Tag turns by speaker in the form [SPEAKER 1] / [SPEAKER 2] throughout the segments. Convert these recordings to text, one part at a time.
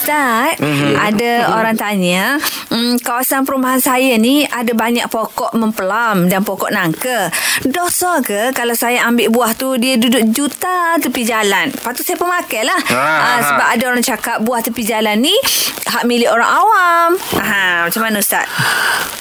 [SPEAKER 1] Ustaz mm-hmm.
[SPEAKER 2] Mhm.
[SPEAKER 1] Ada mm-hmm. orang tanya mm, Kawasan perumahan saya ni Ada banyak pokok mempelam Dan pokok nangka Dosa ke Kalau saya ambil buah tu Dia duduk juta tepi jalan Lepas tu saya pemakai lah
[SPEAKER 2] Ha,
[SPEAKER 1] ha,
[SPEAKER 2] ha, ha.
[SPEAKER 1] Sebab ada orang cakap Buah tepi jalan ni Hak milik orang awam ha, Macam mana Ustaz?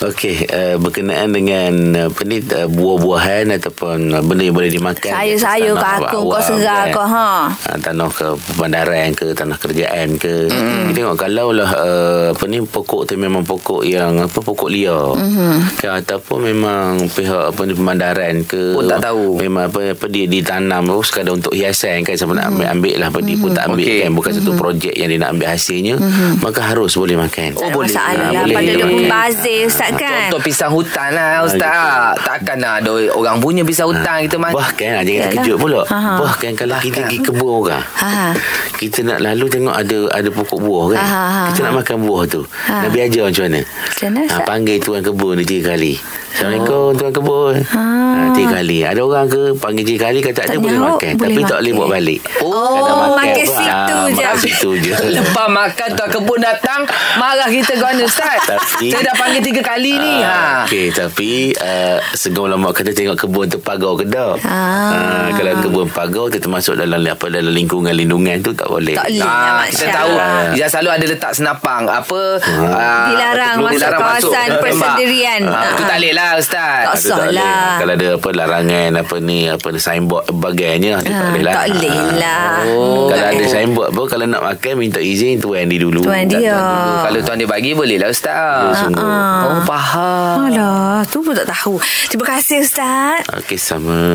[SPEAKER 3] Okey, uh, berkenaan dengan apa ni uh, buah-buahan ataupun uh, benda yang boleh dimakan.
[SPEAKER 1] Sayur-sayur ke
[SPEAKER 3] Tanah
[SPEAKER 1] aku Kau
[SPEAKER 3] awam
[SPEAKER 1] serah kau ha.
[SPEAKER 3] Ah, tanah ke bandaran ke tanah kerjaan ke
[SPEAKER 2] Mm-hmm.
[SPEAKER 3] mm. kita tengok kalau lah uh, apa ni pokok tu memang pokok yang apa pokok liar mm-hmm. ke, ataupun memang pihak apa ni pemandaran ke
[SPEAKER 2] Pun tak tahu.
[SPEAKER 3] memang apa apa dia ditanam tu sekadar untuk hiasan kan siapa
[SPEAKER 1] Mm-hmm.
[SPEAKER 3] nak ambil ambil lah apa dia pun tak ambil
[SPEAKER 2] Okey.
[SPEAKER 3] okay. kan bukan mm-hmm. satu projek yang dia nak ambil hasilnya mm-hmm. maka harus boleh makan
[SPEAKER 1] Tak ada
[SPEAKER 2] Oh, boleh.
[SPEAKER 1] masalah
[SPEAKER 3] Ah,
[SPEAKER 1] lah
[SPEAKER 3] boleh
[SPEAKER 1] Pada dia
[SPEAKER 3] makan.
[SPEAKER 1] membazir Ustaz kan
[SPEAKER 2] Contoh pisang hutan lah
[SPEAKER 3] Ah,
[SPEAKER 2] Ustaz Takkan lah ada orang punya pisang hutan Kita makan
[SPEAKER 3] Bahkan ah, Jangan
[SPEAKER 1] Yalah.
[SPEAKER 3] terkejut pula
[SPEAKER 1] Ha-ha.
[SPEAKER 3] Bahkan kalau kita pergi kebun orang
[SPEAKER 1] Ha.
[SPEAKER 3] Kita nak lalu tengok ada ada pokok buah kan
[SPEAKER 1] Ha-ha.
[SPEAKER 3] Kita nak makan buah tu Nabi ajar macam mana
[SPEAKER 1] Ha. Macam mana,
[SPEAKER 3] Ah,
[SPEAKER 1] Ustaz? Oh.
[SPEAKER 3] Panggil tuan kebun dia tiga kali Assalamualaikum tuan kebun Ah, Tiga kali Ada orang ke Panggil tiga kali Kata
[SPEAKER 1] Ha. Tak
[SPEAKER 3] ada boleh
[SPEAKER 1] nyaut,
[SPEAKER 3] makan
[SPEAKER 1] boleh
[SPEAKER 3] Tapi tak boleh
[SPEAKER 1] makan.
[SPEAKER 3] buat balik
[SPEAKER 2] Oh,
[SPEAKER 3] Kalau
[SPEAKER 1] makan
[SPEAKER 3] pun,
[SPEAKER 1] situ
[SPEAKER 3] ah,
[SPEAKER 1] je.
[SPEAKER 3] Makan situ je
[SPEAKER 2] Lepas makan tuan kebun datang Marah kita kau ni Ustaz
[SPEAKER 3] Tapi-
[SPEAKER 2] Saya dah panggil tiga kali ni
[SPEAKER 3] Ah,
[SPEAKER 2] ha.
[SPEAKER 3] Okey, tapi uh, segala lama kata tengok kebun tu pagau ke tak?
[SPEAKER 1] Ah.
[SPEAKER 3] Ah, kalau kebun pagau tu termasuk dalam apa dalam lingkungan lindungan tu tak boleh.
[SPEAKER 1] Tak boleh. Ya,
[SPEAKER 2] Ah,
[SPEAKER 1] Masya
[SPEAKER 2] kita tahu
[SPEAKER 1] Allah.
[SPEAKER 2] Dia selalu ada letak senapang Apa ah,
[SPEAKER 1] Dilarang
[SPEAKER 2] perlu-
[SPEAKER 1] masuk kawasan
[SPEAKER 2] Tembak.
[SPEAKER 1] persendirian.
[SPEAKER 2] Ah, Itu
[SPEAKER 1] Ah.
[SPEAKER 2] tak boleh lah Ustaz
[SPEAKER 1] Tak
[SPEAKER 3] Ah, tu tak
[SPEAKER 1] Sah
[SPEAKER 3] boleh.
[SPEAKER 1] lah.
[SPEAKER 3] Kalau ada apa larangan apa ni apa ni signboard bagainya tu tak
[SPEAKER 1] Ah,
[SPEAKER 3] boleh lah.
[SPEAKER 1] tak boleh
[SPEAKER 3] Ah.
[SPEAKER 1] lah.
[SPEAKER 3] Oh, kalau
[SPEAKER 1] Hmm.
[SPEAKER 3] ada signboard pun kalau nak makan minta izin tuan dia dulu.
[SPEAKER 1] Tuan
[SPEAKER 3] Tak-
[SPEAKER 1] dia.
[SPEAKER 2] Oh, Kalau tuan dia bagi boleh lah Ustaz
[SPEAKER 3] Ya, sungguh.
[SPEAKER 1] Ah,
[SPEAKER 2] Oh faham
[SPEAKER 1] Alah, tu pun tak tahu. Terima kasih Ustaz.
[SPEAKER 3] Okey sama.